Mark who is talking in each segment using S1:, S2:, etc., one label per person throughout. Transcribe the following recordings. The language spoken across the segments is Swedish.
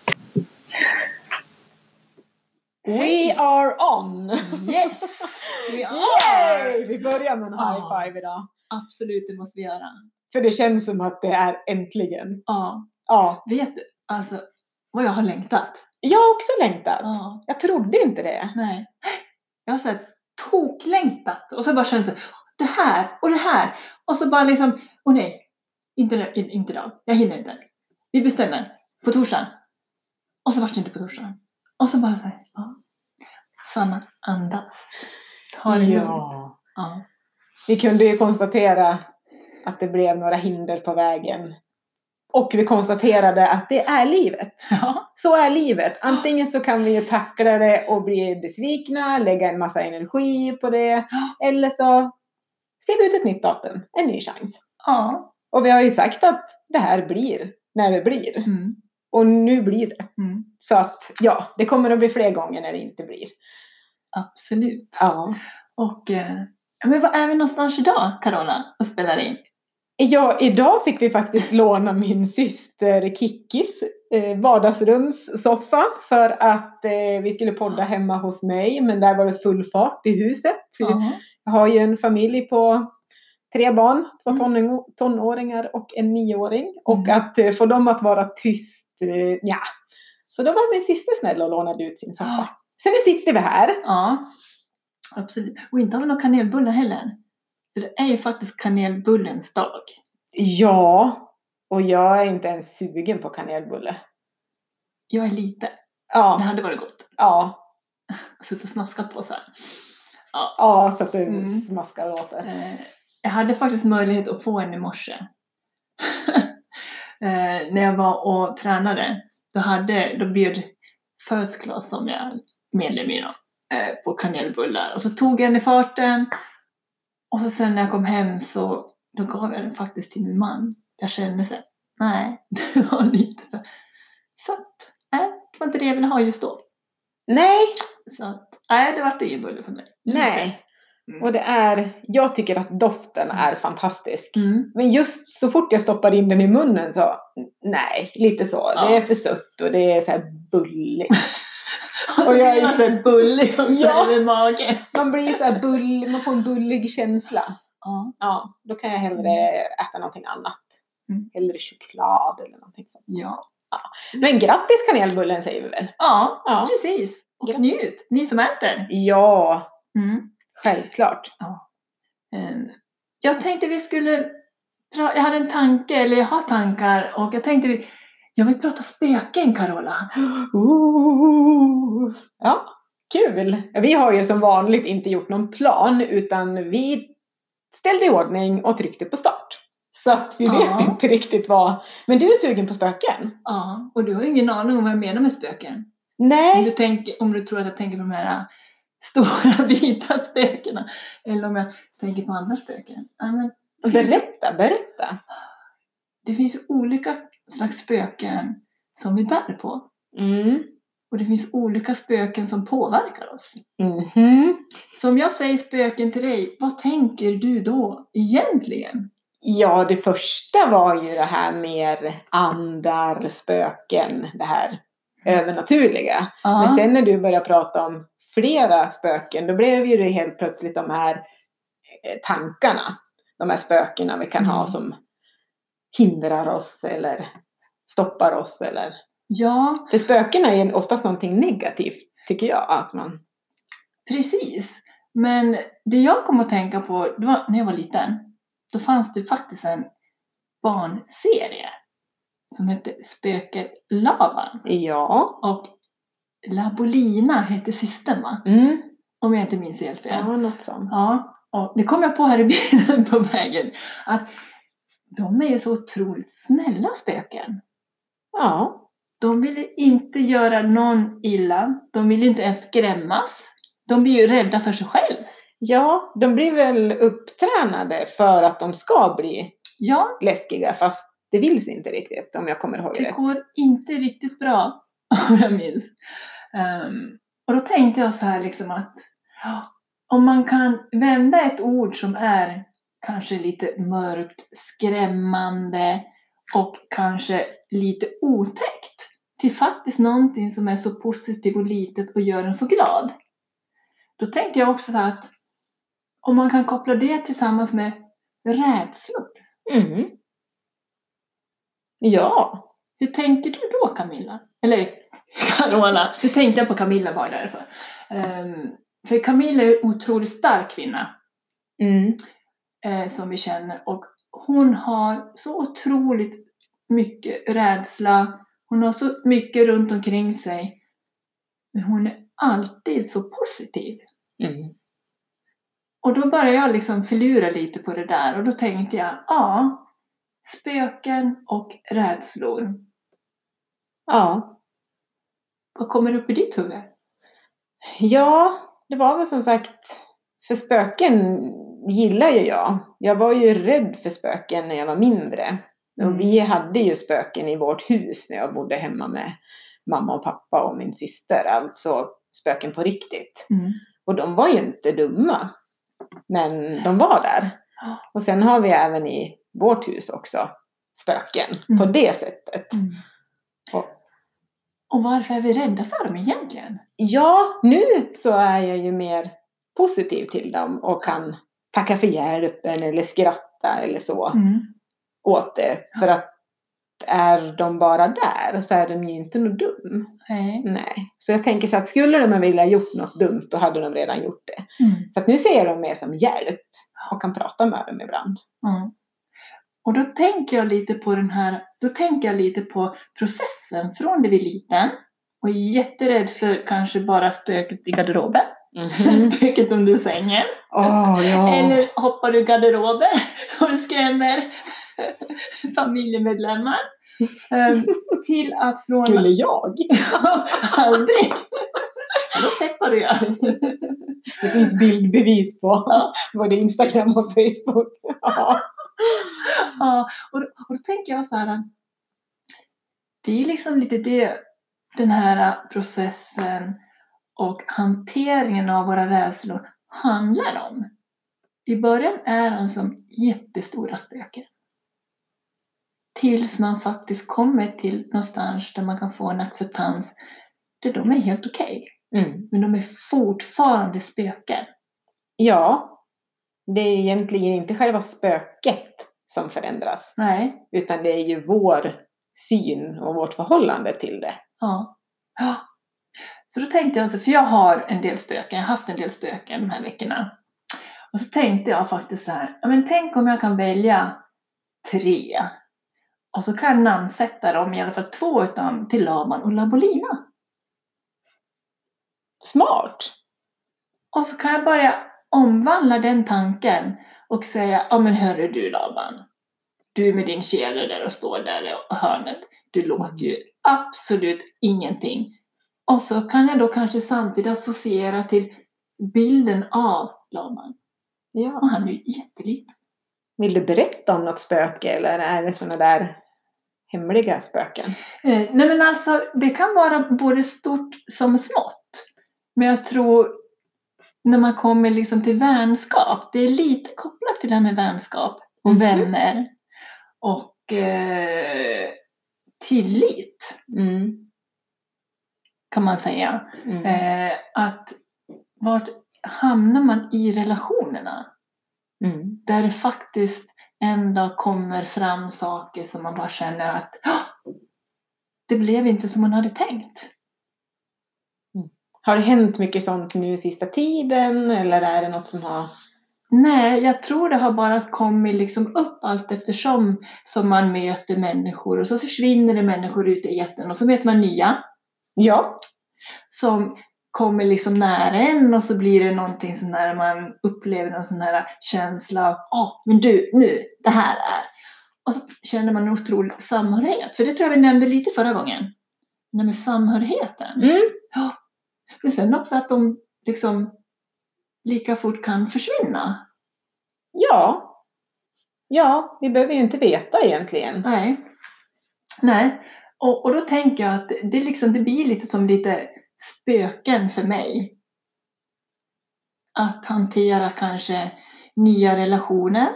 S1: We are!
S2: Yay! Vi börjar med en
S1: Ja.
S2: high five idag.
S1: Absolut, det måste vi göra.
S2: För det känns som att det är äntligen.
S1: Ja,
S2: Ja,
S1: vet du alltså vad jag har längtat?
S2: jag har också längtat.
S1: Ja,
S2: Jag trodde inte det.
S1: nej. Jag har såhär toklängtat och så bara känt det här och det här och så bara liksom, åh nej, inte, nu, in- inte idag, jag hinner inte. Vi bestämmer på torsdagen. Och så vart det inte på torsdagen. Och så bara såhär, ja. Sanna, andas. Ta det lugnt.
S2: ja.
S1: Ja.
S2: Vi kunde ju konstatera att det blev några hinder på vägen. Och vi konstaterade att det är livet.
S1: ja.
S2: Så är livet. Antingen så kan vi ju tackla det och bli besvikna, lägga en massa energi på det. Eller så ser vi ut ett nytt datum, en ny chans.
S1: Ja.
S2: Och vi har ju sagt att det här blir när det blir.
S1: Mm.
S2: Och nu blir det.
S1: Mm.
S2: Så att ja, det kommer att bli fler gånger när det inte blir.
S1: Absolut.
S2: Ja.
S1: Och eh, ja, men vad är vi någonstans idag Carola och spelar in?
S2: ja idag fick vi faktiskt låna min syster Kickis eh, vardagsrumssoffa för att eh, vi skulle podda hemma hos mig. Men där var det full fart i huset.
S1: Ja.
S2: Jag har ju en familj på tre barn, två
S1: Mm.
S2: tonåring, tonåringar och en nioåring. Och
S1: Mm.
S2: att eh, få dem att vara tyst, eh, ja. Så då var min syster snäll och lånade ut sin soffa.
S1: Ah.
S2: Så nu sitter vi här.
S1: ja, absolut. Och inte har vi några kanelbullar heller. För det är ju faktiskt kanelbullens dag.
S2: Ja, och jag är inte ens sugen på kanelbulle.
S1: Jag är lite. Det
S2: Ja,
S1: hade varit gott.
S2: ja,
S1: Suttit och snaskat på så här.
S2: ja, så att det
S1: Mm.
S2: smaskar åt det.
S1: Eh, jag hade faktiskt möjlighet att få en i morse. eh, när jag var och tränade, då, hade, då bjöd First Class som jag är medlem i då, eh, på kanelbullar. Och så tog jag den i farten. Och så sen när jag kom hem så då gav jag den faktiskt till min man. Jag kände så här, nej, det var lite för sött. Nej, det var inte det jag ville ha just då.
S2: Nej,
S1: Så att, nej, det vart ingen bulle för mig.
S2: nej.
S1: Mm.
S2: Och det är, jag tycker att doften
S1: Mm.
S2: är fantastisk.
S1: Mm.
S2: Men just så fort jag stoppar in den i munnen så, n- nej, lite så.
S1: Ja.
S2: Det är för sött och det är så här bulligt.
S1: Och jag är så bullig också
S2: Ja.
S1: över magen.
S2: Man blir så här bull, man får en bullig känsla.
S1: Ja,
S2: Ja, då kan jag hellre äta någonting annat.
S1: Mm.
S2: Hellre choklad eller någonting sånt.
S1: ja.
S2: Men grattis kanelbullen säger vi väl?
S1: ja
S2: Ja.
S1: precis. Och
S2: Grattis.
S1: njut, ni som äter.
S2: Ja,
S1: Mm.
S2: självklart.
S1: Ehm, Jag tänkte vi skulle, pra- jag hade en tanke, eller jag har tankar och jag tänkte vi, jag vill prata spöken Carola.
S2: Ooh. Ja, kul! Vi har ju som vanligt inte gjort någon plan utan vi ställde i ordning och tryckte på start. Så att vi
S1: Ja.
S2: vet inte riktigt vad... Men du är sugen på spöken?
S1: Ja, och du har ju ingen aning om vad jag menar med spöken. Om
S2: Nej.
S1: du, tänker, om du tror att jag tänker på de här äh, stora vita spökena. Eller om jag tänker på andra spöken. Ja, men
S2: Berätta, berätta.
S1: det finns ju olika slags spöken som vi bär på.
S2: Mm.
S1: Och det finns olika spöken som påverkar oss.
S2: Mhm.
S1: Så om jag säger spöken till dig, vad tänker du då egentligen?
S2: Ja, det första var ju det här mer andar, spöken, det här övernaturliga. Men sen när du började prata om flera spöken, då blev ju det helt plötsligt de här eh, tankarna. De här spökena vi kan ha
S1: Mm.
S2: som hindrar oss eller stoppar oss. Eller.
S1: Ja,
S2: För spökena är ju oftast någonting negativt, tycker jag. Att man...
S1: precis. Men det jag kom att tänka på, det var när jag var liten, då fanns det faktiskt en barnserie som hette Spöket Laban.
S2: Ja.
S1: Och Labolina hette systern va?
S2: Mm.
S1: Om jag inte minns helt fel.
S2: Ja, något sånt.
S1: Ja, och det kom jag på här i bilen på vägen. Att de är ju så otroligt snälla spöken.
S2: Ja.
S1: De vill inte göra någon illa. De vill inte ens skrämmas. De blir ju rädda för sig själv.
S2: Ja, de blir väl upptränade för att de ska bli
S1: Ja,
S2: läskiga fast det vill sig inte riktigt om jag kommer ihåg
S1: det
S2: rätt.
S1: går inte riktigt bra om jag minns. Ehm, och då tänkte jag så här liksom att ja, om man kan vända ett ord som är kanske lite mörkt, skrämmande och kanske lite otäckt till faktiskt någonting som är så positivt och litet och gör en så glad. Då tänkte jag också så här att Om man kan koppla det tillsammans med rädslor.
S2: Mm. Ja.
S1: Hur tänker du då Camilla? Eller Carola, nu tänkte jag på Camilla bara därför. Ehm, för Camilla är en otroligt stark kvinna
S2: Mm.
S1: eh, som vi känner och hon har så otroligt mycket rädsla. Hon har så mycket runt omkring sig. Men hon är alltid så positiv.
S2: Mm.
S1: Och då började jag liksom förlura lite på det där och då tänkte jag, ja, spöken och rädslor.
S2: Ja.
S1: Vad kommer upp i ditt huvud?
S2: ja, det var väl som sagt, för spöken gillar ju jag. Jag var ju rädd för spöken när jag var mindre. Och vi hade ju spöken i vårt hus när jag bodde hemma med mamma och pappa och min syster. Alltså spöken på riktigt.
S1: Mm.
S2: Och de var ju inte dumma. Men de var där. Och sen har vi även i vårt hus också spöken på
S1: Mm.
S2: det sättet.
S1: Mm.
S2: Och,
S1: Och varför är vi rädda för dem egentligen?
S2: ja, nu så är jag ju mer positiv till dem och kan packa för hjälpen eller skratta eller så
S1: Mm.
S2: åt det. För att är de bara där så är de ju inte något dum.
S1: Nej.
S2: Nej. Så jag tänker så att skulle de vilja ha gjort något dumt då hade de redan gjort det.
S1: Mm.
S2: Så att nu ser jag dem mer som hjälp och kan prata med dem ibland.
S1: Ja. Och då tänker jag lite på den här, då tänker jag lite på processen från det vi är liten och är jätterädd för kanske bara spöket i garderoben, spöket under sängen
S2: Åh, ja.
S1: Mm. eller hoppar du i garderober och du skrämmer familjemedlemmar. Ehm, Till att från
S2: Skulle jag?
S1: Aldrig! Då peppar du jag.
S2: Det finns bildbevis på
S1: Ja.
S2: både Instagram och Facebook. Ja.
S1: Ja, och, då- och då tänker jag så här. Det är ju liksom lite det, den här processen och hanteringen av våra rädslor handlar om. I början är de som jättestora spöken. Tills man faktiskt kommer till någonstans där man kan få en acceptans där de är helt okej.
S2: Mm.
S1: Men de är fortfarande spöken.
S2: ja, det är egentligen inte själva spöket som förändras
S1: Nej,
S2: utan det är ju vår syn och vårt förhållande till det.
S1: Ja. ja. Så då tänkte jag, så, för jag har en del spöken, jag har haft en del spöken de här veckorna. Och så tänkte jag faktiskt så här, ja, men tänk om jag kan välja tre. Och så kan jag namnsätta dem, i alla fall två av dem, till Laban och Labolina.
S2: Smart!
S1: Och så kan jag börja omvandla den tanken och säga, ja men hörru du Laban, du med din kedja där och står där i hörnet, du låter ju absolut ingenting. Och så kan jag då kanske samtidigt associera till bilden av Laban.
S2: Ja.
S1: Och han är ju jätteliten.
S2: Vill du berätta om något spöke eller är det sådana där hemliga spöken?
S1: Eh, nej men alltså, det kan vara både stort som smått. Men jag tror när man kommer liksom till vänskap, det är lite kopplat till det här med vänskap och
S2: Mhm.
S1: vänner och eh, tillit
S2: Mm.
S1: kan man säga.
S2: Mm.
S1: Eh, att vart hamnar man i relationerna?
S2: Mm.
S1: Där det faktiskt en dag kommer fram saker som man bara känner att "Åh, det blev inte som man hade tänkt.
S2: Har det hänt mycket sånt nu sista tiden eller är det något som har...
S1: Nej, jag tror det har bara kommit liksom upp allt eftersom som man möter människor och så försvinner det människor ute i etern och så möter man nya
S2: Ja.
S1: som kommer liksom nära en och så blir det någonting sån där man upplever någon sån här känsla av ja, men du, nu, det här är. Och så känner man en otrolig samhörighet, för det tror jag vi nämnde lite förra gången. Det här med samhörigheten.
S2: Mm.
S1: Men sen också att de liksom lika fort kan försvinna.
S2: Ja. Ja, vi behöver ju inte veta egentligen.
S1: Nej. Nej. Och, och då tänker jag att det, liksom, det blir lite som lite spöken för mig. Att hantera kanske nya relationer,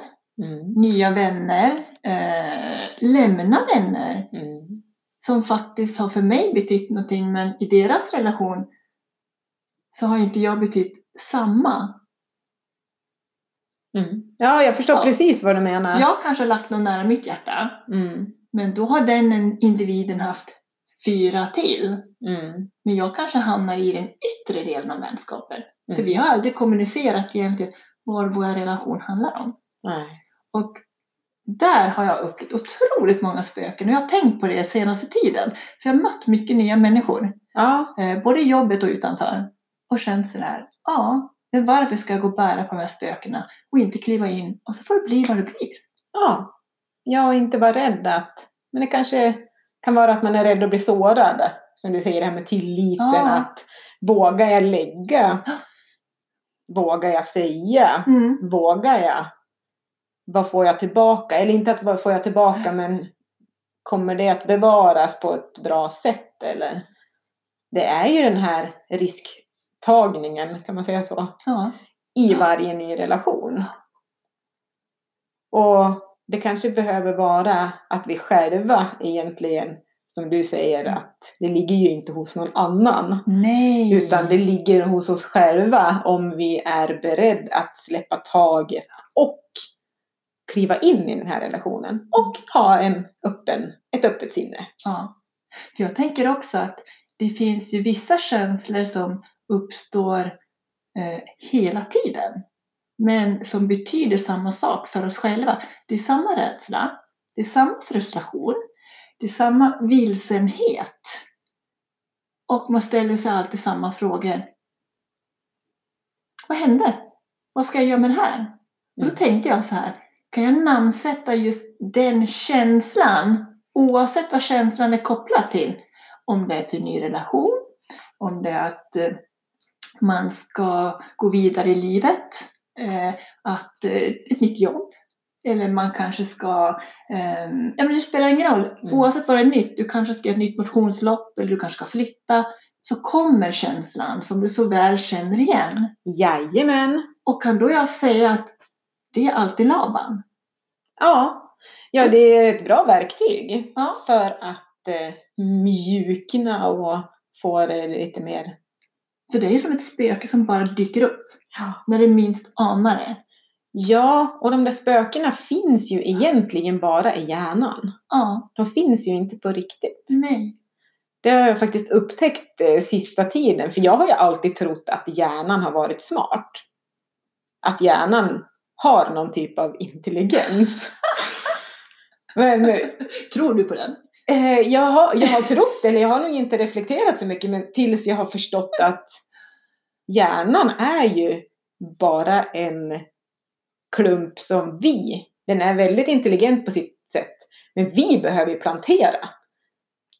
S2: Mm.
S1: nya vänner, eh, lämna vänner
S2: Mm.
S1: som faktiskt har för mig betytt någonting men i deras relation så har inte jag betytt samma.
S2: Mm. Ja, jag förstår
S1: Ja.
S2: precis vad du menar.
S1: Jag kanske har lagt någon nära mitt hjärta.
S2: Mm.
S1: Men då har den en- individen haft fyra till.
S2: Mm. Mm.
S1: Men jag kanske hamnar i den yttre delen av vänskapen.
S2: mm.
S1: För vi har aldrig kommunicerat egentligen vad vår relation handlar om.
S2: Nej.
S1: Och där har jag upplevt otroligt många spöken. Och jag har tänkt på det senaste tiden. För jag har mött mycket nya människor.
S2: Ja.
S1: Eh, både i jobbet och utanför. Och känt sådär, ja, men varför ska jag gå och bära på de här spökena och inte kliva in och så får det bli vad det blir.
S2: ja. Ja, och inte vara rädd att... Men det kanske kan vara att man är rädd att bli sårad. Som du säger, det här med tilliten.
S1: Ja.
S2: Att vågar jag lägga?
S1: Ja.
S2: Vågar jag säga?
S1: Mm.
S2: Vågar jag? Vad får jag tillbaka? Eller inte att vad får jag tillbaka, men kommer det att bevaras på ett bra sätt? Eller? Det är ju den här risktagningen, kan man säga så?
S1: Ja.
S2: i
S1: Ja.
S2: varje ny relation. Och det kanske behöver vara att vi själva egentligen, som du säger, att det ligger ju inte hos någon annan.
S1: Nej.
S2: Utan det ligger hos oss själva om vi är beredda att släppa taget och kliva in i den här relationen. Och ha en öppen, ett öppet sinne.
S1: Ja. För jag tänker också att det finns ju vissa känslor som uppstår eh, hela tiden. Men som betyder samma sak för oss själva. Det är samma rädsla, det är samma frustration, det är samma vilsenhet. Och man ställer sig alltid samma frågor. Vad hände? Vad ska jag göra med det här? Och Då
S2: Mm.
S1: tänkte jag så här, kan jag namnsätta just den känslan oavsett vad känslan är kopplad till? Om det är till ny relation, om det är att eh, man ska gå vidare i livet, eh, att eh, ett nytt jobb eller man kanske ska, eh, ja men det spelar ingen roll,
S2: Mm.
S1: oavsett vad det är nytt, du kanske ska göra ett nytt motionslopp eller du kanske ska flytta, så kommer känslan som du så väl känner igen.
S2: Jajamän!
S1: Och kan då jag säga att det är alltid Laban?
S2: Ja, ja det är ett bra verktyg.
S1: Ja.
S2: för att eh, mjukna och få det lite mer...
S1: För det är som ett spöke som bara dyker upp
S2: Ja.
S1: när det minst anar det.
S2: ja, och de där spökena finns ju egentligen bara i hjärnan.
S1: Ja,
S2: De finns ju inte på riktigt.
S1: nej.
S2: Det har jag faktiskt upptäckt eh, sista tiden, för jag har ju alltid trott att hjärnan har varit smart. Att hjärnan har någon typ av intelligens. Men eh,
S1: Tror du på den?
S2: Eh, jag, har, jag har trott, eller jag har nog inte reflekterat så mycket, men tills jag har förstått att hjärnan är ju bara en klump som vi. Den är väldigt intelligent på sitt sätt, men vi behöver ju plantera.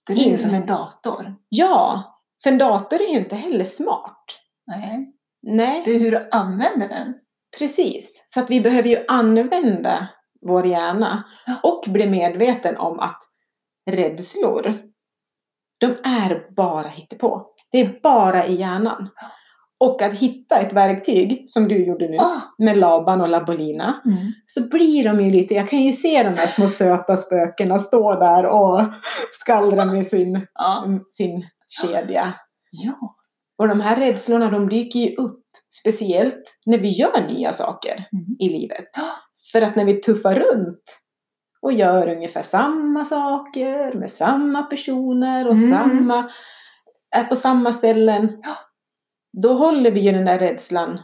S1: Den är
S2: In.
S1: som en dator.
S2: Ja, för en dator är ju inte heller smart.
S1: Nej,
S2: Nej.
S1: det är hur du använder den.
S2: Precis, så att vi behöver ju använda vår hjärna och bli medveten om att rädslor, de är bara hittepå. Det är bara i hjärnan. Och att hitta ett verktyg, som du gjorde nu,
S1: Ah,
S2: med Laban och Labolina,
S1: mm.
S2: så blir de ju lite, jag kan ju se de här små söta spökena stå där och skallra med sin,
S1: ja.
S2: sin kedja.
S1: ja.
S2: Och de här rädslorna de dyker ju upp, speciellt när vi gör nya saker
S1: Mm.
S2: i livet.
S1: Ja.
S2: För att när vi tuffar runt och gör ungefär samma saker med samma personer och
S1: Mm.
S2: samma, är på samma ställen,
S1: Ja.
S2: då håller vi ju den där rädslan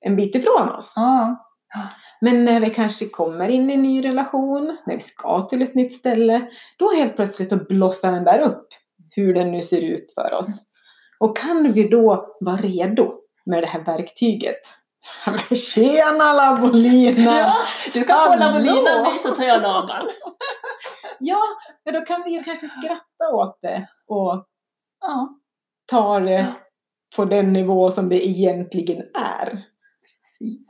S2: en bit ifrån oss.
S1: Ja.
S2: Men när vi kanske kommer in i en ny relation, när vi ska till ett nytt ställe, då helt plötsligt så blossar den där upp, hur den nu ser ut för oss. Och kan vi då vara redo med det här verktyget? Men Tjena Labolina!
S1: ja. Du kan
S2: Hallå.
S1: få Labolina mig så tar jag Laban.
S2: Ja, men då kan vi ju kanske skratta åt det och
S1: Ja,
S2: ta det på den nivå som det egentligen är. Mm.
S1: precis.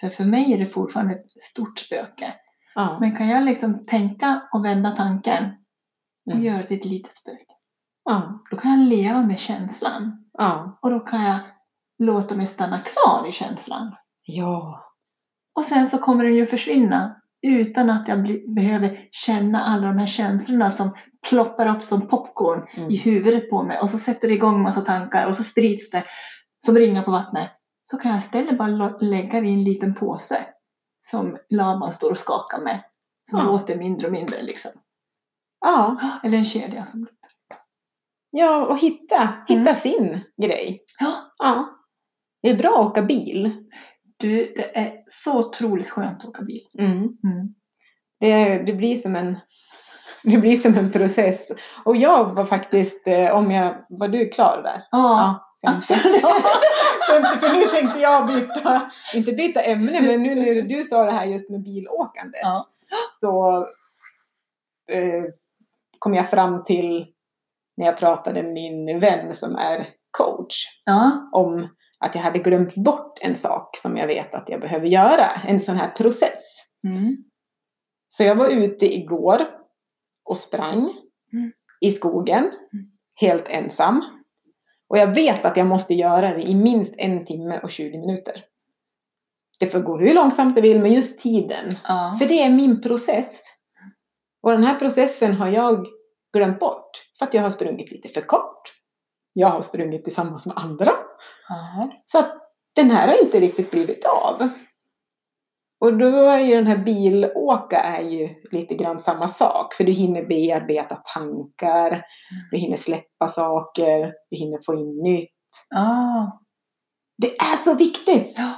S1: För, för mig är det fortfarande ett stort spöke.
S2: Ja.
S1: Men kan jag liksom tänka och vända tanken och
S2: Mm.
S1: göra det till ett litet spöke,
S2: Ja.
S1: då kan jag leva med känslan.
S2: Ja.
S1: Och då kan jag låta mig stanna kvar i känslan.
S2: Ja.
S1: Och sen så kommer den ju försvinna utan att jag bli, behöver känna alla de här känslorna som ploppar upp som popcorn
S2: Mm.
S1: i huvudet på mig och så sätter det igång massa tankar och så sprids det som ringar på vattnet. så kan jag istället bara la- lägga det i en liten påse som laman står och skakar med. Som
S2: Ja.
S1: låter mindre och mindre liksom.
S2: Ja,
S1: Eller en kedja. Som...
S2: ja och hitta, hitta
S1: Mm.
S2: sin grej.
S1: Ja,
S2: Ja. Det är bra att åka bil.
S1: du, det är så otroligt skönt att åka bil. Mm.
S2: Det, det blir som en det blir som en process. Och jag var faktiskt, eh, om jag, var du klar där?
S1: Ja,
S2: så jag inte-
S1: absolut.
S2: Så inte- för nu tänkte jag byta, inte byta ämne, men nu när du sa det här just med bilåkande
S1: Ja.
S2: så eh, kom jag fram till när jag pratade med min vän som är coach
S1: ja.
S2: om att jag hade glömt bort en sak som jag vet att jag behöver göra, en sån här process.
S1: Mm.
S2: Så jag var ute igår och sprang
S1: Mm.
S2: i skogen helt ensam. Och jag vet att jag måste göra det i minst en timme och 20 minuter. Det får gå hur långsamt det vill, men just tiden.
S1: ja.
S2: För det är min process. Och den här processen har jag glömt bort. För att jag har sprungit lite för kort. Jag har sprungit tillsammans med andra.
S1: ja.
S2: Så att den här har inte riktigt blivit av. Och då är ju den här bilåka är ju lite grann samma sak. För du hinner bearbeta tankar, du hinner släppa saker, du hinner få in nytt.
S1: ja.
S2: Det är så viktigt!
S1: Ja.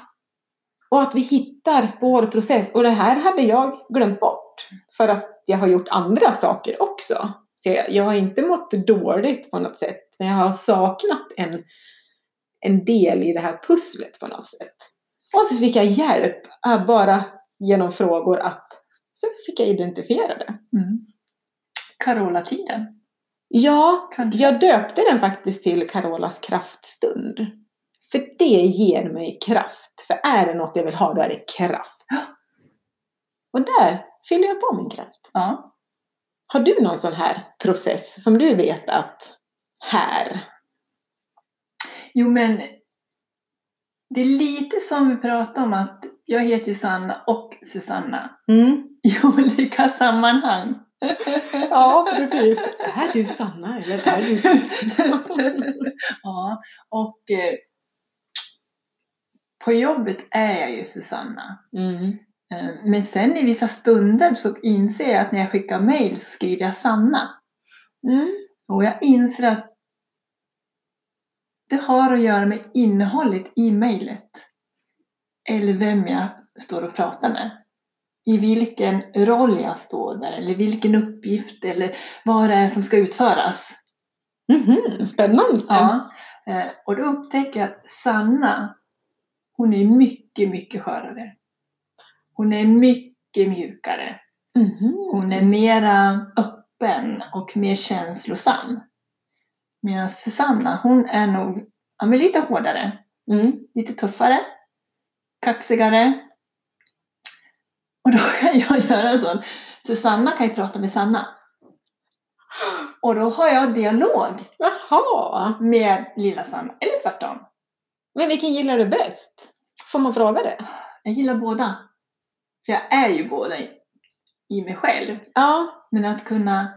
S2: Och att vi hittar vår process. Och det här hade jag glömt bort. För att jag har gjort andra saker också. Så jag, jag har inte mått dåligt på något sätt. Men jag har saknat en, en del i det här pusslet på något sätt. Och så fick jag hjälp. äh, Bara genom frågor att... Så fick jag identifiera det.
S1: Mm. Carola-tiden.
S2: Ja,
S1: Kanske.
S2: jag döpte den faktiskt till Carolas kraftstund. För det ger mig kraft. För är det något jag vill ha, då är det kraft.
S1: Ja.
S2: Och där fyller jag på min kraft.
S1: Ja.
S2: Har du någon sån här process som du vet att här?
S1: Jo, men det är lite som vi pratade om att jag heter ju Sanna och Susanna
S2: Mm.
S1: i olika sammanhang.
S2: Ja, precis. Är du Sanna eller är du
S1: ja, och eh, på jobbet är jag ju Susanna.
S2: mm.
S1: Eh, Men sen i vissa stunder så inser jag att när jag skickar mejl så skriver jag Sanna.
S2: Mm.
S1: Och jag inser att det har att göra med innehållet i mejlet. Eller vem jag står och pratar med. I vilken roll jag står där eller vilken uppgift eller vad det är som ska utföras.
S2: Mhm, Spännande.
S1: Ja. Eh, Och då upptäcker jag att Sanna, hon är mycket, mycket skörare. Hon är mycket mjukare.
S2: Mhm.
S1: Hon är mera öppen och mer känslosam. Medan Susanna, hon är nog ja, men lite hårdare,
S2: Mm.
S1: lite tuffare, kaxigare. Och då kan jag göra en sån. Susanna kan ju prata med Sanna. Och då har jag dialog
S2: Jaha.
S1: med lilla Sanna, eller tvärtom.
S2: Men vilken gillar du bäst? Får man fråga det?
S1: Jag gillar båda. För jag är ju båda i, i mig själv.
S2: Ja,
S1: Men att kunna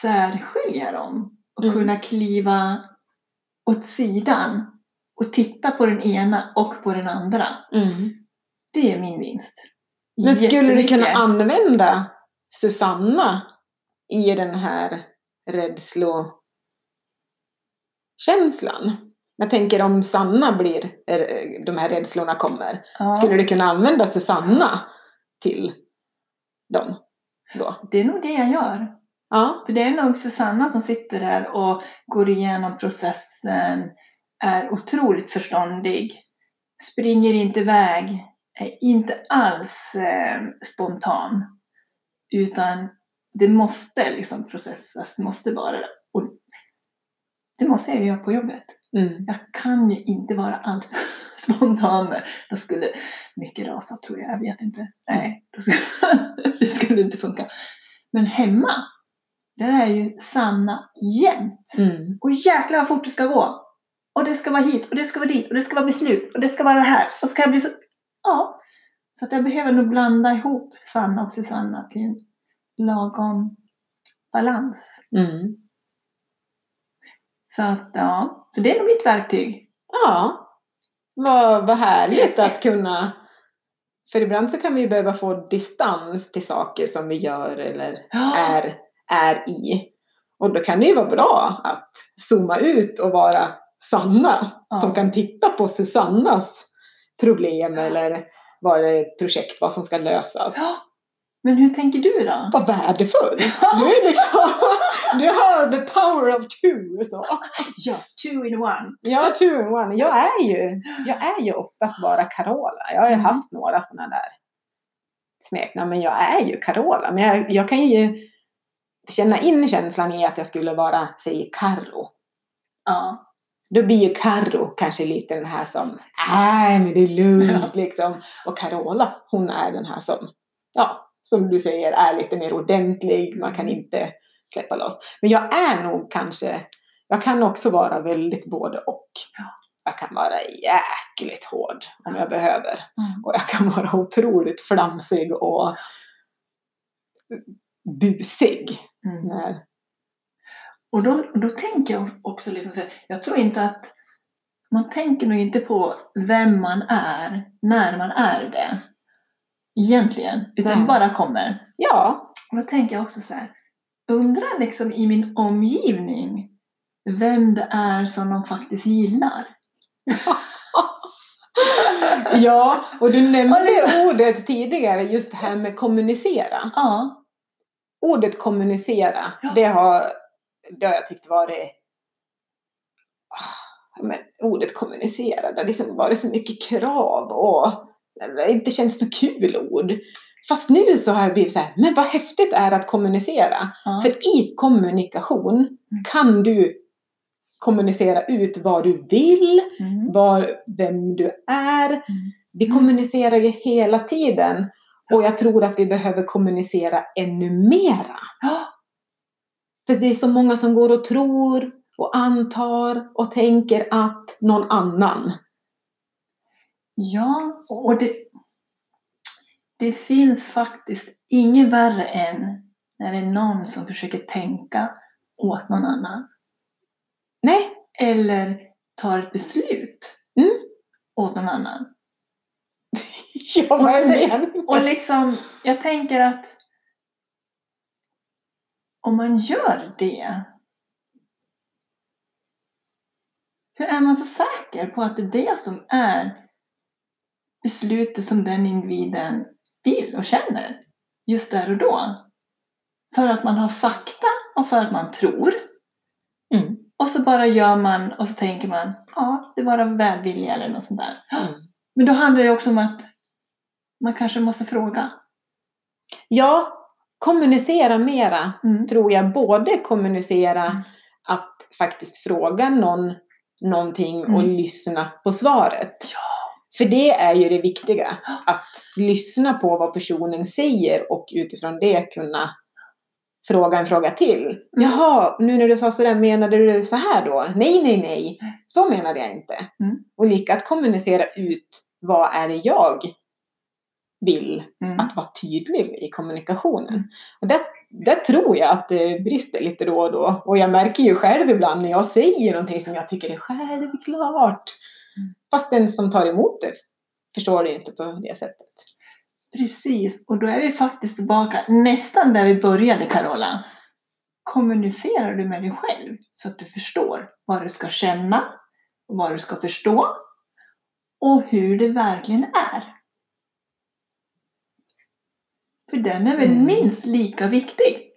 S1: särskilja dem och
S2: Mm.
S1: kunna kliva åt sidan och titta på den ena och på den andra.
S2: Mm.
S1: Det är min vinst.
S2: Men skulle du
S1: Jättemycket.
S2: kunna använda Susanna i den här rädslokänslan? Jag tänker om Sanna blir, eh, de här rädslorna kommer.
S1: ja,
S2: Skulle du kunna använda Susanna till dem då?
S1: Det är nog det jag gör.
S2: Ja.
S1: För det är nog Susanna som sitter där och går igenom processen, är otroligt förståndig, springer inte iväg, är inte alls eh, spontan. Utan det måste liksom processas, det måste vara och det måste jag ju göra på jobbet.
S2: Mm.
S1: Jag kan ju inte vara alls spontan. Då skulle mycket rasa tror jag, jag vet inte. Nej, då skulle, det skulle inte funka. Men hemma, där är ju Sanna jämt.
S2: Mm.
S1: Och jäklar vad fort det ska gå. Och det ska vara hit och det ska vara dit och det ska vara beslut och det ska vara det här. Och ska jag bli så... Ja. Så att jag behöver nog blanda ihop Sanna och Susanna till en lagom balans.
S2: Mm.
S1: Så att ja, så det är nog mitt verktyg.
S2: Ja. Vad, vad härligt att kunna. För ibland så kan vi behöva få distans till saker som vi gör eller
S1: Ja,
S2: är, är i. Och då kan det ju vara bra att zooma ut och vara Sanna
S1: Ja.
S2: som kan titta på Susannas problem
S1: Ja.
S2: eller vad det är ett projekt, vad som ska lösas.
S1: ja. Men hur tänker du då?
S2: Vad värdefull! Du är liksom, du har the power of two. Så.
S1: Ja, two in one.
S2: Jag two in one. Jag är ju, jag är ju oftast bara Carola. Jag har ju
S1: Mm.
S2: haft några sådana där smeknamn, men jag är ju Carola. Men jag, jag kan ju känna in känslan i att jag skulle vara, säg Carro.
S1: Ja.
S2: Då blir ju Carro kanske lite den här som, nej men det är lugnt liksom. Och Carola, hon är den här som, ja, som du säger är lite mer ordentlig, man kan inte släppa loss. Men jag är nog kanske, jag kan också vara väldigt både och.
S1: Ja.
S2: Jag kan vara jäkligt hård om jag behöver.
S1: Mm.
S2: Och jag kan vara otroligt flamsig och busig.
S1: Mm.
S2: När,
S1: Och då, då tänker jag också liksom så här, jag tror inte att man tänker nog inte på vem man är när man är det. Egentligen, utan
S2: Nej.
S1: bara kommer.
S2: ja,
S1: Och då tänker jag också så här, undrar liksom i min omgivning vem det är som de faktiskt gillar.
S2: ja, och du
S1: Och liksom-
S2: nämnde ordet tidigare, just det här med kommunicera.
S1: Ja,
S2: ordet kommunicera,
S1: Ja.
S2: det, har, det har jag tyckt varit... Ah, Men ordet kommunicera, det har liksom varit så mycket krav och det har inte känns något kul ord. Fast nu så har jag blivit så här, men vad häftigt är att kommunicera.
S1: ja, Mm.
S2: För i kommunikation kan du kommunicera ut vad du vill,
S1: mm,
S2: var, vem du är. Vi
S1: Mm.
S2: kommunicerar ju hela tiden. Och jag tror att vi behöver kommunicera ännu mera.
S1: Ja.
S2: För det är så många som går och tror och antar och tänker att någon annan.
S1: ja och det, det finns faktiskt inget värre än när det är någon som försöker tänka åt någon annan.
S2: Nej,
S1: eller tar ett beslut
S2: Mm.
S1: åt någon annan.
S2: jag var med.
S1: Och liksom, jag tänker att om man gör det, hur är man så säker på att det är det som är beslutet som den individen vill och känner just där och då? För att man har fakta och för att man tror.
S2: Mm.
S1: Och så bara gör man och så tänker man, ja, det var av välvilja eller något sånt där.
S2: Mm.
S1: Men då handlar det också om att man kanske måste fråga.
S2: Ja, kommunicera mera
S1: Mm.
S2: tror jag. Både kommunicera
S1: Mm.
S2: att faktiskt fråga någon någonting och
S1: Mm.
S2: lyssna på svaret. För det är ju det viktiga. Att lyssna på vad personen säger och utifrån det kunna fråga en fråga
S1: Mm.
S2: till. Jaha, nu när du sa sådär, menade du så här då? Nej, nej, nej. Så menade jag inte.
S1: Mm.
S2: Och lika att kommunicera ut vad är det jag vill
S1: Mm.
S2: att vara tydlig i kommunikationen. Och där, där tror jag att det brister lite då och då. Och jag märker ju själv ibland när jag säger någonting som jag tycker är självklart.
S1: Mm.
S2: Fast den som tar emot det förstår det ju inte på det sättet.
S1: Precis, och då är vi faktiskt tillbaka nästan där vi började Carola. Kommunicerar du med dig själv så att du förstår vad du ska känna, vad du ska förstå och hur det verkligen är? För den är väl
S2: Mm.
S1: minst lika viktig?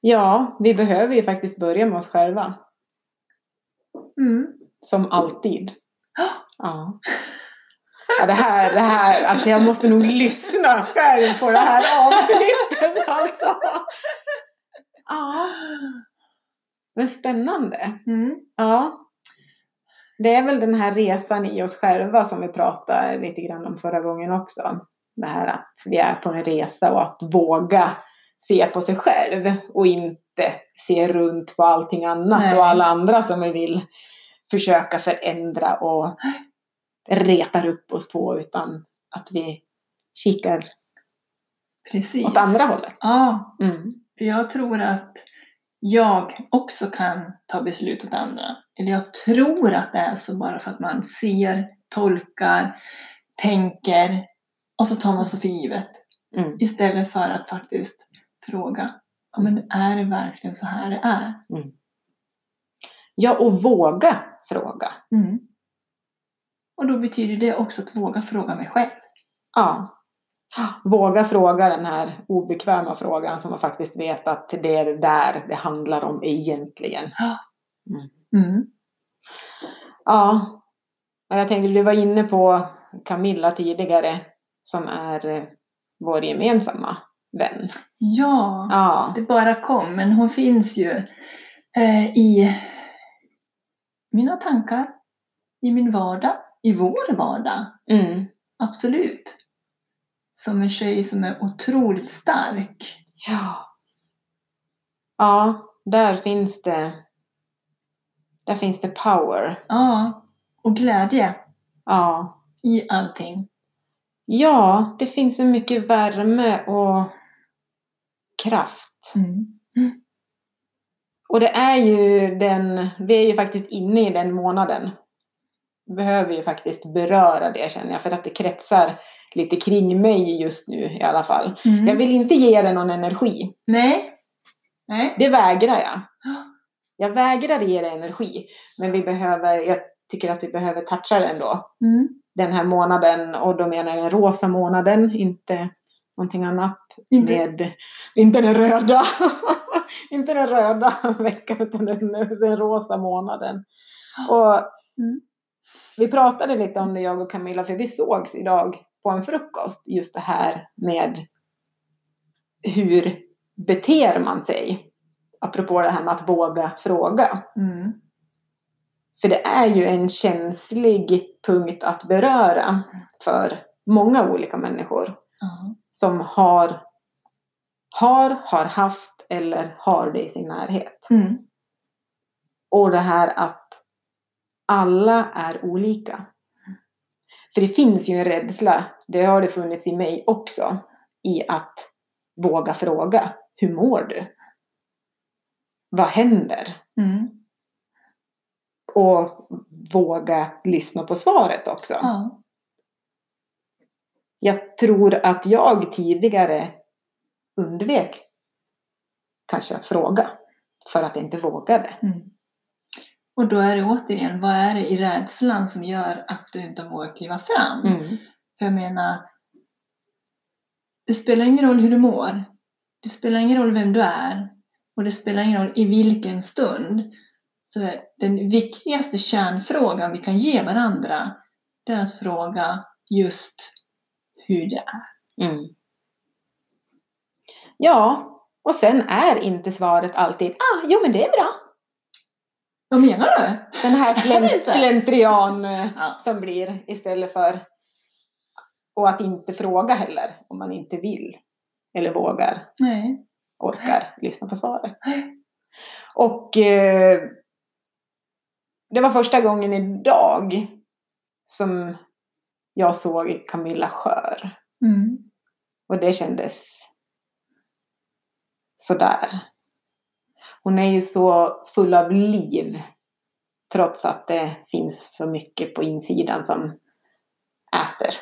S2: Ja, vi behöver ju faktiskt börja med oss själva.
S1: Mm.
S2: Som alltid.
S1: Ja.
S2: Ja. Ja, det här, det här, alltså jag måste nog lyssna själv på det här avsnittet alltså. Ja. Men spännande.
S1: Mm.
S2: Ja. Det är väl den här resan i oss själva som vi pratade lite grann om förra gången också. Det här att vi är på en resa och att våga se på sig själv och inte se runt på allting annat
S1: Nej.
S2: och alla andra som vi vill försöka förändra och retar upp oss på utan att vi kikar
S1: Precis.
S2: åt andra hållet.
S1: Ja,
S2: Mm.
S1: för jag tror att jag också kan ta beslut åt andra. eller jag tror att det är så bara för att man ser, tolkar, tänker och så tar man så för givet.
S2: Mm.
S1: Istället för att faktiskt fråga, ja, men är det verkligen så här det är?
S2: Ja, och våga fråga.
S1: Mm. Och då betyder det också att våga fråga mig själv.
S2: Ja. Våga fråga den här obekväma frågan som man faktiskt vet att det är det där det handlar om egentligen.
S1: Mm.
S2: Ja. Och jag tänkte, du var inne på Camilla tidigare som är eh, vår gemensamma vän.
S1: Ja,
S2: Ja.
S1: det bara kom, men hon finns ju eh, i mina tankar, i min vardag, i vår vardag.
S2: Mm.
S1: Absolut. Som en tjej som är otroligt stark.
S2: Ja. Ja, där finns det. Där finns det power.
S1: Ja, och glädje
S2: Ja.
S1: i allting.
S2: Ja, det finns så mycket värme och kraft.
S1: Mm.
S2: Och det är ju den, vi är ju faktiskt inne i den månaden. Behöver ju faktiskt beröra det känner jag, för att det kretsar lite kring mig just nu i alla fall.
S1: Mm.
S2: Jag vill inte ge det någon energi.
S1: Nej. Nej.
S2: Det vägrar jag.
S1: Ja.
S2: Jag vägrar ge det energi. Men vi behöver, jag tycker att vi behöver toucha det ändå.
S1: Mm.
S2: Den här månaden, och då menar jag den rosa månaden, inte någonting annat.
S1: Inte.
S2: Med, inte den röda. inte den röda veckan utan den, den rosa månaden. Och
S1: Mm.
S2: Vi pratade lite om det jag och Camilla för vi sågs idag på en frukost. Just det här med hur beter man sig? Apropå det här med att våga fråga.
S1: Mm.
S2: För det är ju en känslig punkt att beröra för många olika människor
S1: Ja.
S2: som har, har, har haft eller har det i sin närhet.
S1: Mm.
S2: Och det här att alla är olika. För det finns ju en rädsla, det har det funnits i mig också, i att våga fråga. Hur mår du? Vad händer?
S1: Mm.
S2: Och våga lyssna på svaret också.
S1: Ja.
S2: Jag tror att jag tidigare undvek kanske att fråga för att jag inte vågade.
S1: Mm. Och då är det återigen, vad är det i rädslan som gör att du inte vågar kliva fram?
S2: Mm.
S1: För jag menar, det spelar ingen roll hur du mår. Det spelar ingen roll vem du är. Och det spelar ingen roll i vilken stund. Så den viktigaste kärnfrågan vi kan ge varandra, det är att fråga just hur det är.
S2: Mm. Ja, och sen är inte svaret alltid ah, jo men det är bra.
S1: Vad menar du?
S2: Den här slent,
S1: Inte.
S2: slentrian eh,
S1: Ja.
S2: som blir istället för och att inte fråga heller om man inte vill eller vågar.
S1: Nej.
S2: orkar lyssna på svaret. Och eh, det var första gången idag som jag såg Camilla skör.
S1: Mm.
S2: Och det kändes sådär. Hon är ju så full av liv. Trots att det finns så mycket på insidan som äter.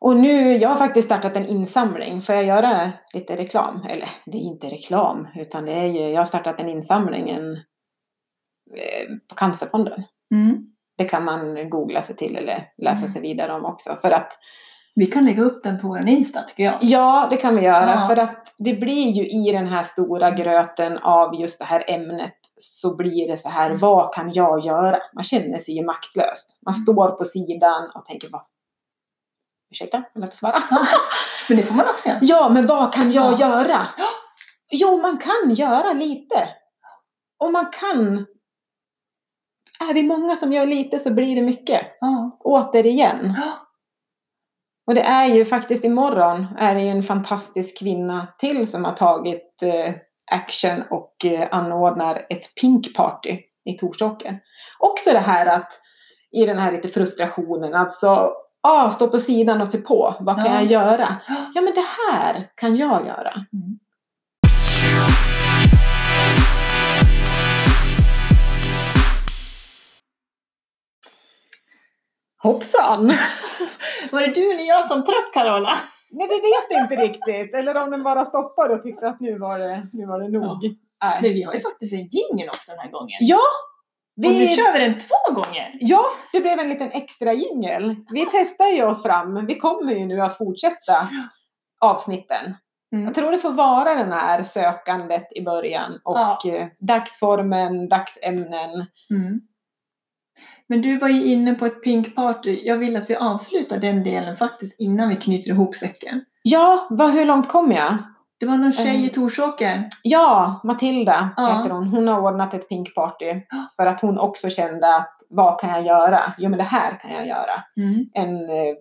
S2: Och nu, jag har faktiskt startat en insamling. Får jag göra lite reklam? Eller det är inte reklam, utan det är ju, jag har startat en insamling en, eh, på Cancerfonden.
S1: Mm.
S2: Det kan man googla sig till eller läsa sig vidare om också. För att
S1: Vi kan lägga upp den på vår Insta tycker jag.
S2: Ja, det kan vi göra.
S1: Ja.
S2: För att det blir ju i den här stora gröten av just det här ämnet så blir det så här, vad kan jag göra? Man känner sig ju maktlös. Man
S1: Mm.
S2: står på sidan och tänker, vad? Ursäkta, jag lät svara.
S1: Men det får man också göra.
S2: Ja, men vad kan jag
S1: Ja.
S2: göra? Jo, man kan göra lite. Och man kan. Är vi många som gör lite så blir det mycket.
S1: Ja.
S2: Återigen.
S1: Ja.
S2: Och det är ju faktiskt imorgon är det ju en fantastisk kvinna till som har tagit eh, action och eh, anordnar ett pink party i Torsåker. Också det här att i den här lite frustrationen, alltså ah, stå på sidan och se på, vad kan
S1: Ja.
S2: jag göra? Ja men det här kan jag göra.
S1: Mm.
S2: Hoppsan!
S1: Var det du eller jag som drack Carola?
S2: Nej, vi vet inte riktigt. Eller om den bara stoppade och tyckte att nu var det, nu var det nog. Nej.
S1: Men vi har ju faktiskt en jingel också den här gången.
S2: Ja,
S1: Och nu
S2: vi,
S1: kör vi den två gånger!
S2: ja, det blev en liten extra jingel. Vi testar ju oss fram. Vi kommer ju nu att fortsätta avsnitten.
S1: Mm.
S2: Jag tror det får vara den här sökandet i början och
S1: Ja.
S2: eh, dagsformen, dagsämnen.
S1: Mm. Men du var ju inne på ett pinkparty. Jag vill att vi avslutar den delen faktiskt innan vi knyter ihop säcken.
S2: Ja, vad, hur långt kom jag?
S1: Det var någon tjej i
S2: Mm.
S1: Torsåker.
S2: Ja, Matilda
S1: Ja.
S2: heter hon. Hon har ordnat ett pinkparty
S1: Ja.
S2: för att hon också kände att vad kan jag göra? Jo, men det här kan jag göra.
S1: Mm.
S2: En eh,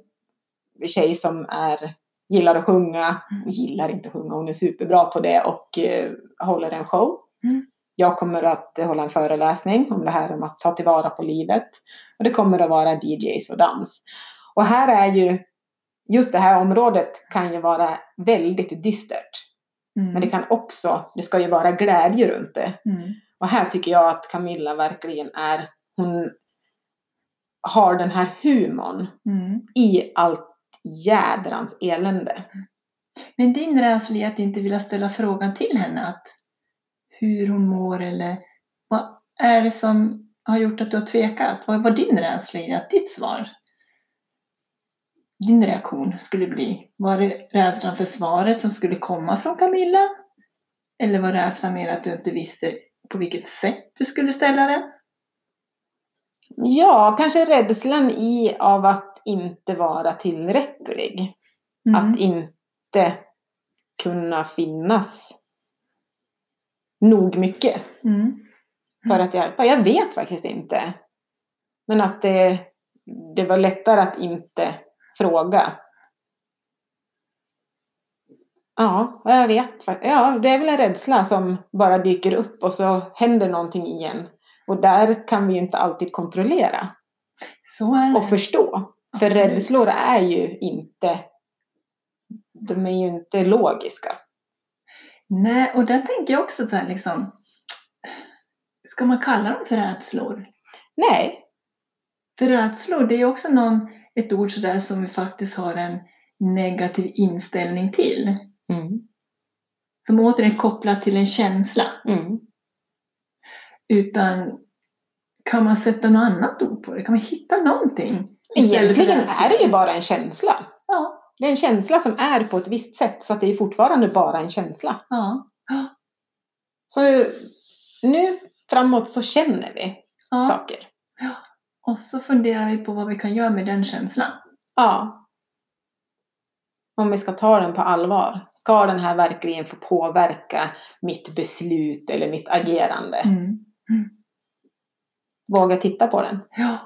S2: tjej som är, gillar att sjunga,
S1: Mm.
S2: gillar inte att sjunga, hon är superbra på det och eh, håller en show.
S1: Mm.
S2: Jag kommer att eh, hålla en föreläsning om det här om att ta tillvara på livet. Och det kommer att vara DJs och dans. Och här är ju, just det här området kan ju vara väldigt dystert.
S1: Mm.
S2: Men det kan också, det ska ju vara glädje runt det.
S1: Mm.
S2: Och här tycker jag att Camilla verkligen är, hon har den här humorn
S1: Mm.
S2: i allt jädrans elände.
S1: Men din rädsla är att inte vilja ställa frågan till henne att hur hon mår eller vad är det som har gjort att du har tvekat? Vad var din rädsla i att ditt svar? Din reaktion skulle bli, var det rädslan för svaret som skulle komma från Camilla? Eller var rädslan mer att du inte visste på vilket sätt du skulle ställa den?
S2: Ja, kanske rädslan i av att inte vara tillräcklig.
S1: Mm.
S2: Att inte kunna finnas nog mycket
S1: Mm.
S2: för att hjälpa. Jag vet faktiskt inte. Men att det, det var lättare att inte fråga. Ja, jag vet. fak- Ja, det är väl en rädsla som bara dyker upp och så händer någonting igen. Och där kan vi ju inte alltid kontrollera
S1: Så är det.
S2: och förstå. För
S1: Absolut.
S2: rädslor är ju inte, de är ju inte logiska.
S1: Nej, och där tänker jag också så här liksom. Ska man kalla dem för rädslor?
S2: Nej,
S1: För rädslor, det är ju också någon, ett ord sådär som vi faktiskt har en negativ inställning till.
S2: mm.
S1: Som återigen är kopplat till en känsla.
S2: Mm.
S1: Utan kan man sätta något annat ord på det? Kan man hitta någonting? istället för
S2: egentligen
S1: rädslor?
S2: är det ju bara en känsla.
S1: Ja,
S2: Det är en känsla som är på ett visst sätt så att det är fortfarande bara en känsla.
S1: ja,
S2: Så nu framåt så känner vi
S1: ja.
S2: saker.
S1: Och så funderar vi på vad vi kan göra med den känslan.
S2: Ja. Om vi ska ta den på allvar. Ska den här verkligen få påverka mitt beslut eller mitt agerande?
S1: Mm.
S2: Våga titta på den.
S1: Ja.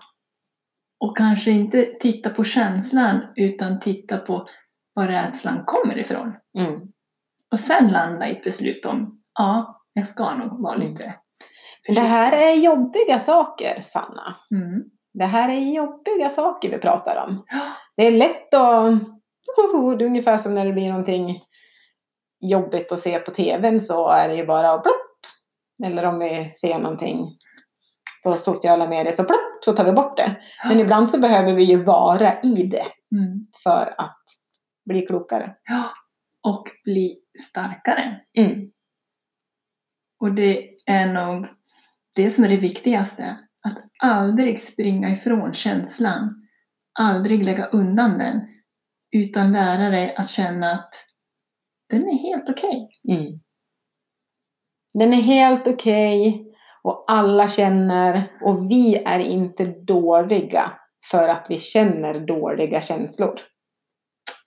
S1: Och kanske inte titta på känslan utan titta på var rädslan kommer ifrån.
S2: Mm.
S1: Och sen landa i ett beslut om ja, jag ska nog vara lite
S2: Mm. Det här är jobbiga saker, Sanna.
S1: Mm.
S2: Det här är jobbiga saker vi pratar om.
S1: Ja.
S2: Det är lätt att... Det är ungefär som när det blir någonting jobbigt att se på tvn så är det ju bara att plopp. Eller om vi ser någonting på sociala medier så plopp så tar vi bort det.
S1: Ah.
S2: Men ibland så behöver vi ju vara i det
S1: Mm.
S2: för att bli klokare.
S1: Ja. Och bli starkare.
S2: Mm.
S1: Och det är nog det som är det viktigaste. Att aldrig springa ifrån känslan. Aldrig lägga undan den. Utan lära dig att känna att den är helt okej.
S2: Mm. Den är helt okej och alla känner och vi är inte dåliga för att vi känner dåliga känslor.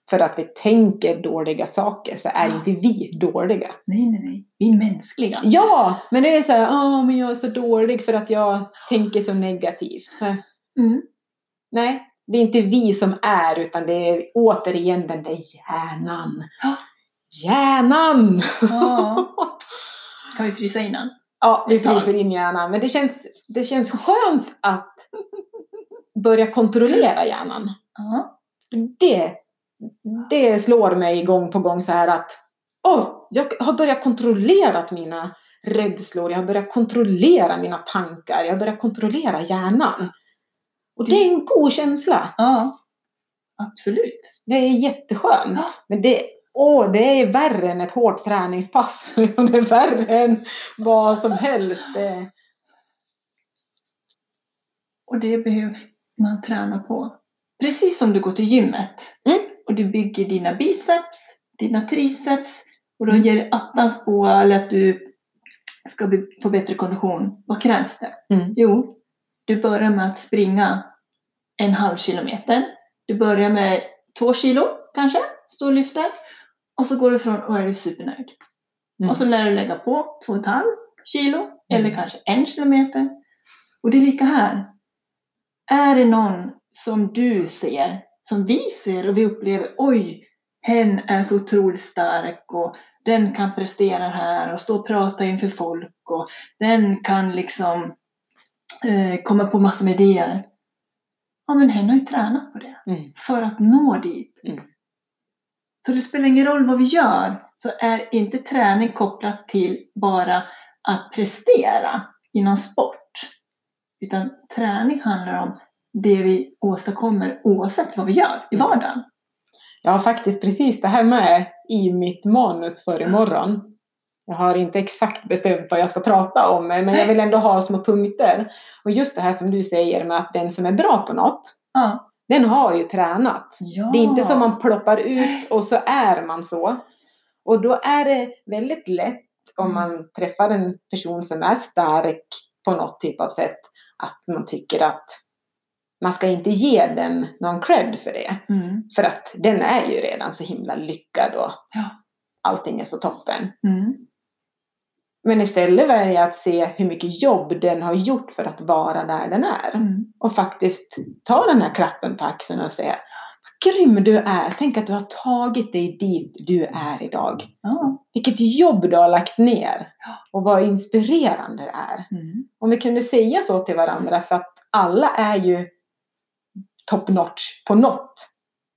S2: För att vi tänker dåliga saker så är inte vi dåliga.
S1: Nej, nej, nej. Vi är mänskliga.
S2: Ja, men det är så här, "Åh, men jag är så dålig för att jag tänker så negativt. För-
S1: Mm.
S2: Nej, det är inte vi som är utan det är återigen den där hjärnan.
S1: Ja.
S2: Hjärnan!
S1: Ja. Kan vi frysa innan?
S2: Ja, vi
S1: Ett tag.
S2: fryser in hjärnan. Men det känns, det känns skönt att börja kontrollera hjärnan.
S1: Ja.
S2: Det, det slår mig gång på gång så här att oh, jag har börjat kontrollera mina rädslor. Jag har börjat kontrollera mina tankar. Jag har börjat kontrollera hjärnan. Och det är en god känsla.
S1: Ja, absolut.
S2: Det är jätteskönt.
S1: Ja.
S2: Men det, åh, det är värre än ett hårt träningspass. det är värre än vad som helst. Det-
S1: Och det behöver man träna på. Precis som du går till gymmet.
S2: Mm.
S1: Och du bygger dina biceps, dina triceps. Och då
S2: Mm.
S1: ger det attans på eller att du ska bli- få bättre kondition. Vad krävs det?
S2: Mm.
S1: Jo, du börjar med att springa en halv kilometer. Du börjar med två kilo kanske, storlyftet. Och så går du från och är du supernöjd.
S2: Mm.
S1: Och så lär du lägga på två och ett halv kilo eller
S2: Mm.
S1: kanske en kilometer. Och det är lika här. Är det någon som du ser, som vi ser och vi upplever, oj, hen är så otroligt stark och den kan prestera här och stå och prata inför folk och den kan liksom eh, komma på massor med idéer. Ja, men hen har ju tränat på det
S2: Mm.
S1: för att nå dit.
S2: Mm.
S1: Så det spelar ingen roll vad vi gör, så är inte träning kopplat till bara att prestera inom sport. Utan träning handlar om det vi åstadkommer oavsett vad vi gör i
S2: Mm.
S1: vardagen.
S2: Jag har faktiskt precis det här med i mitt manus för imorgon. Jag har inte exakt bestämt vad jag ska prata om, men jag vill ändå ha små punkter. Och just det här som du säger med att den som är bra på något,
S1: Ja.
S2: den har ju tränat. Det är inte som man ploppar ut och så är man så. Och då är det väldigt lätt om man träffar en person som är stark på något typ av sätt att man tycker att man ska inte ge den någon cred för det.
S1: Mm.
S2: För att den är ju redan så himla lyckad och
S1: Ja.
S2: allting är så toppen.
S1: Mm.
S2: Men istället väljer jag att se hur mycket jobb den har gjort för att vara där den är
S1: Mm.
S2: och faktiskt ta den här klappen på axeln och säga vad grym du är. Tänk att du har tagit dig dit du är idag.
S1: Ja.
S2: Vilket jobb du har lagt ner
S1: Ja.
S2: och vad inspirerande det är.
S1: Mm.
S2: Om vi kunde säga så till varandra för att alla är ju top notch på något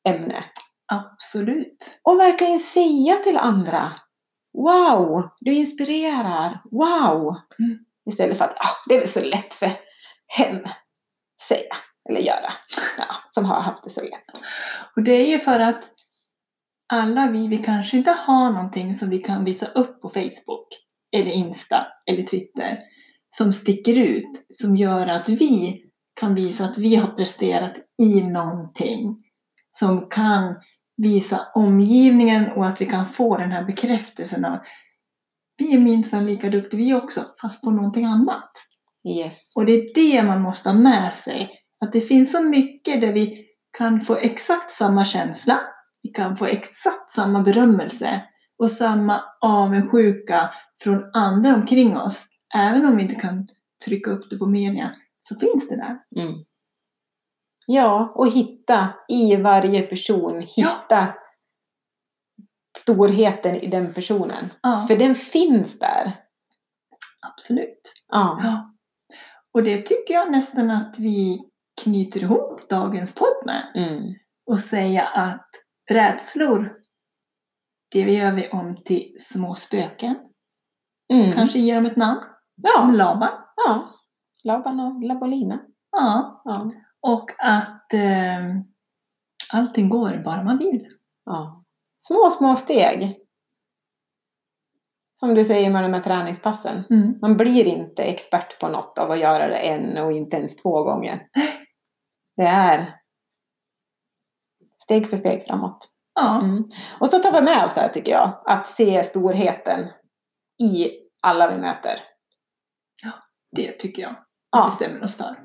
S2: ämne.
S1: Absolut.
S2: Och verkligen säga till andra Wow, du inspirerar. Wow.
S1: Mm.
S2: Istället för att ah, det är väl så lätt för hen säga eller göra. Ja, som har haft det så lätt.
S1: Och det är ju för att alla vi, vi kanske inte har någonting som vi kan visa upp på Facebook eller Insta eller Twitter som sticker ut, som gör att vi kan visa att vi har presterat i någonting som kan visa omgivningen och att vi kan få den här bekräftelsen av vi är minsann lika duktiga vi också, fast på någonting annat.
S2: Yes.
S1: Och det är det man måste ha med sig. Att det finns så mycket där vi kan få exakt samma känsla. Vi kan få exakt samma berömmelse och samma avundsjuka från andra omkring oss. Även om vi inte kan trycka upp det på media så finns det där.
S2: Mm. Ja, och hitta i varje person, hitta storheten i den personen.
S1: Ja,
S2: För den finns där.
S1: absolut.
S2: Ja.
S1: Ja. Och det tycker jag nästan att vi knyter ihop dagens podd med.
S2: Mm.
S1: och säga att rädslor, det gör vi om till små spöken.
S2: Mm.
S1: Kanske ge dem ett namn, som
S2: Ja.
S1: Laban.
S2: ja. Laban och Labolina.
S1: Ja.
S2: Ja.
S1: Och att eh, allting går bara man vill.
S2: Ja. Små, små steg. Som du säger med de här träningspassen.
S1: Mm.
S2: Man blir inte expert på något av att göra det en och inte ens två gånger. Det är steg för steg framåt.
S1: Ja,
S2: Mm. Och så tar vi med oss det här tycker jag. Att se storheten i alla vi möter.
S1: det tycker jag. Vi
S2: Ja,
S1: bestämmer oss för.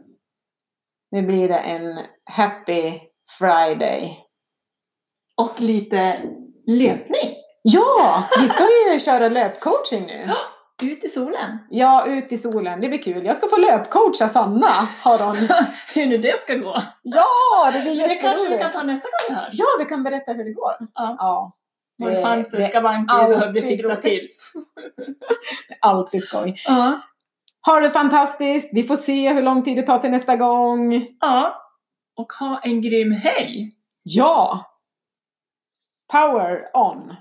S2: nu blir det en happy friday.
S1: Och lite löpning.
S2: Ja, vi ska ju köra löpcoaching nu.
S1: Ut i solen.
S2: Ja, ut i solen. Det blir kul. Jag ska få löpcoacha Sanna, har hon.
S1: Hur nu det ska gå.
S2: Ja, det blir
S1: Det kanske vi kan
S2: jätteroligt.
S1: ta nästa gång vi hörs.
S2: Ja, vi kan berätta hur det går.
S1: Ja. Vad det
S2: Det,
S1: fanns för
S2: det är
S1: skavanker och
S2: alltid
S1: vi fixat
S2: roligt.
S1: till.
S2: alltid skoj.
S1: Ja,
S2: Ha det fantastiskt. Vi får se hur lång tid det tar till nästa gång.
S1: ja. Och ha en grym helg.
S2: Ja! Power on!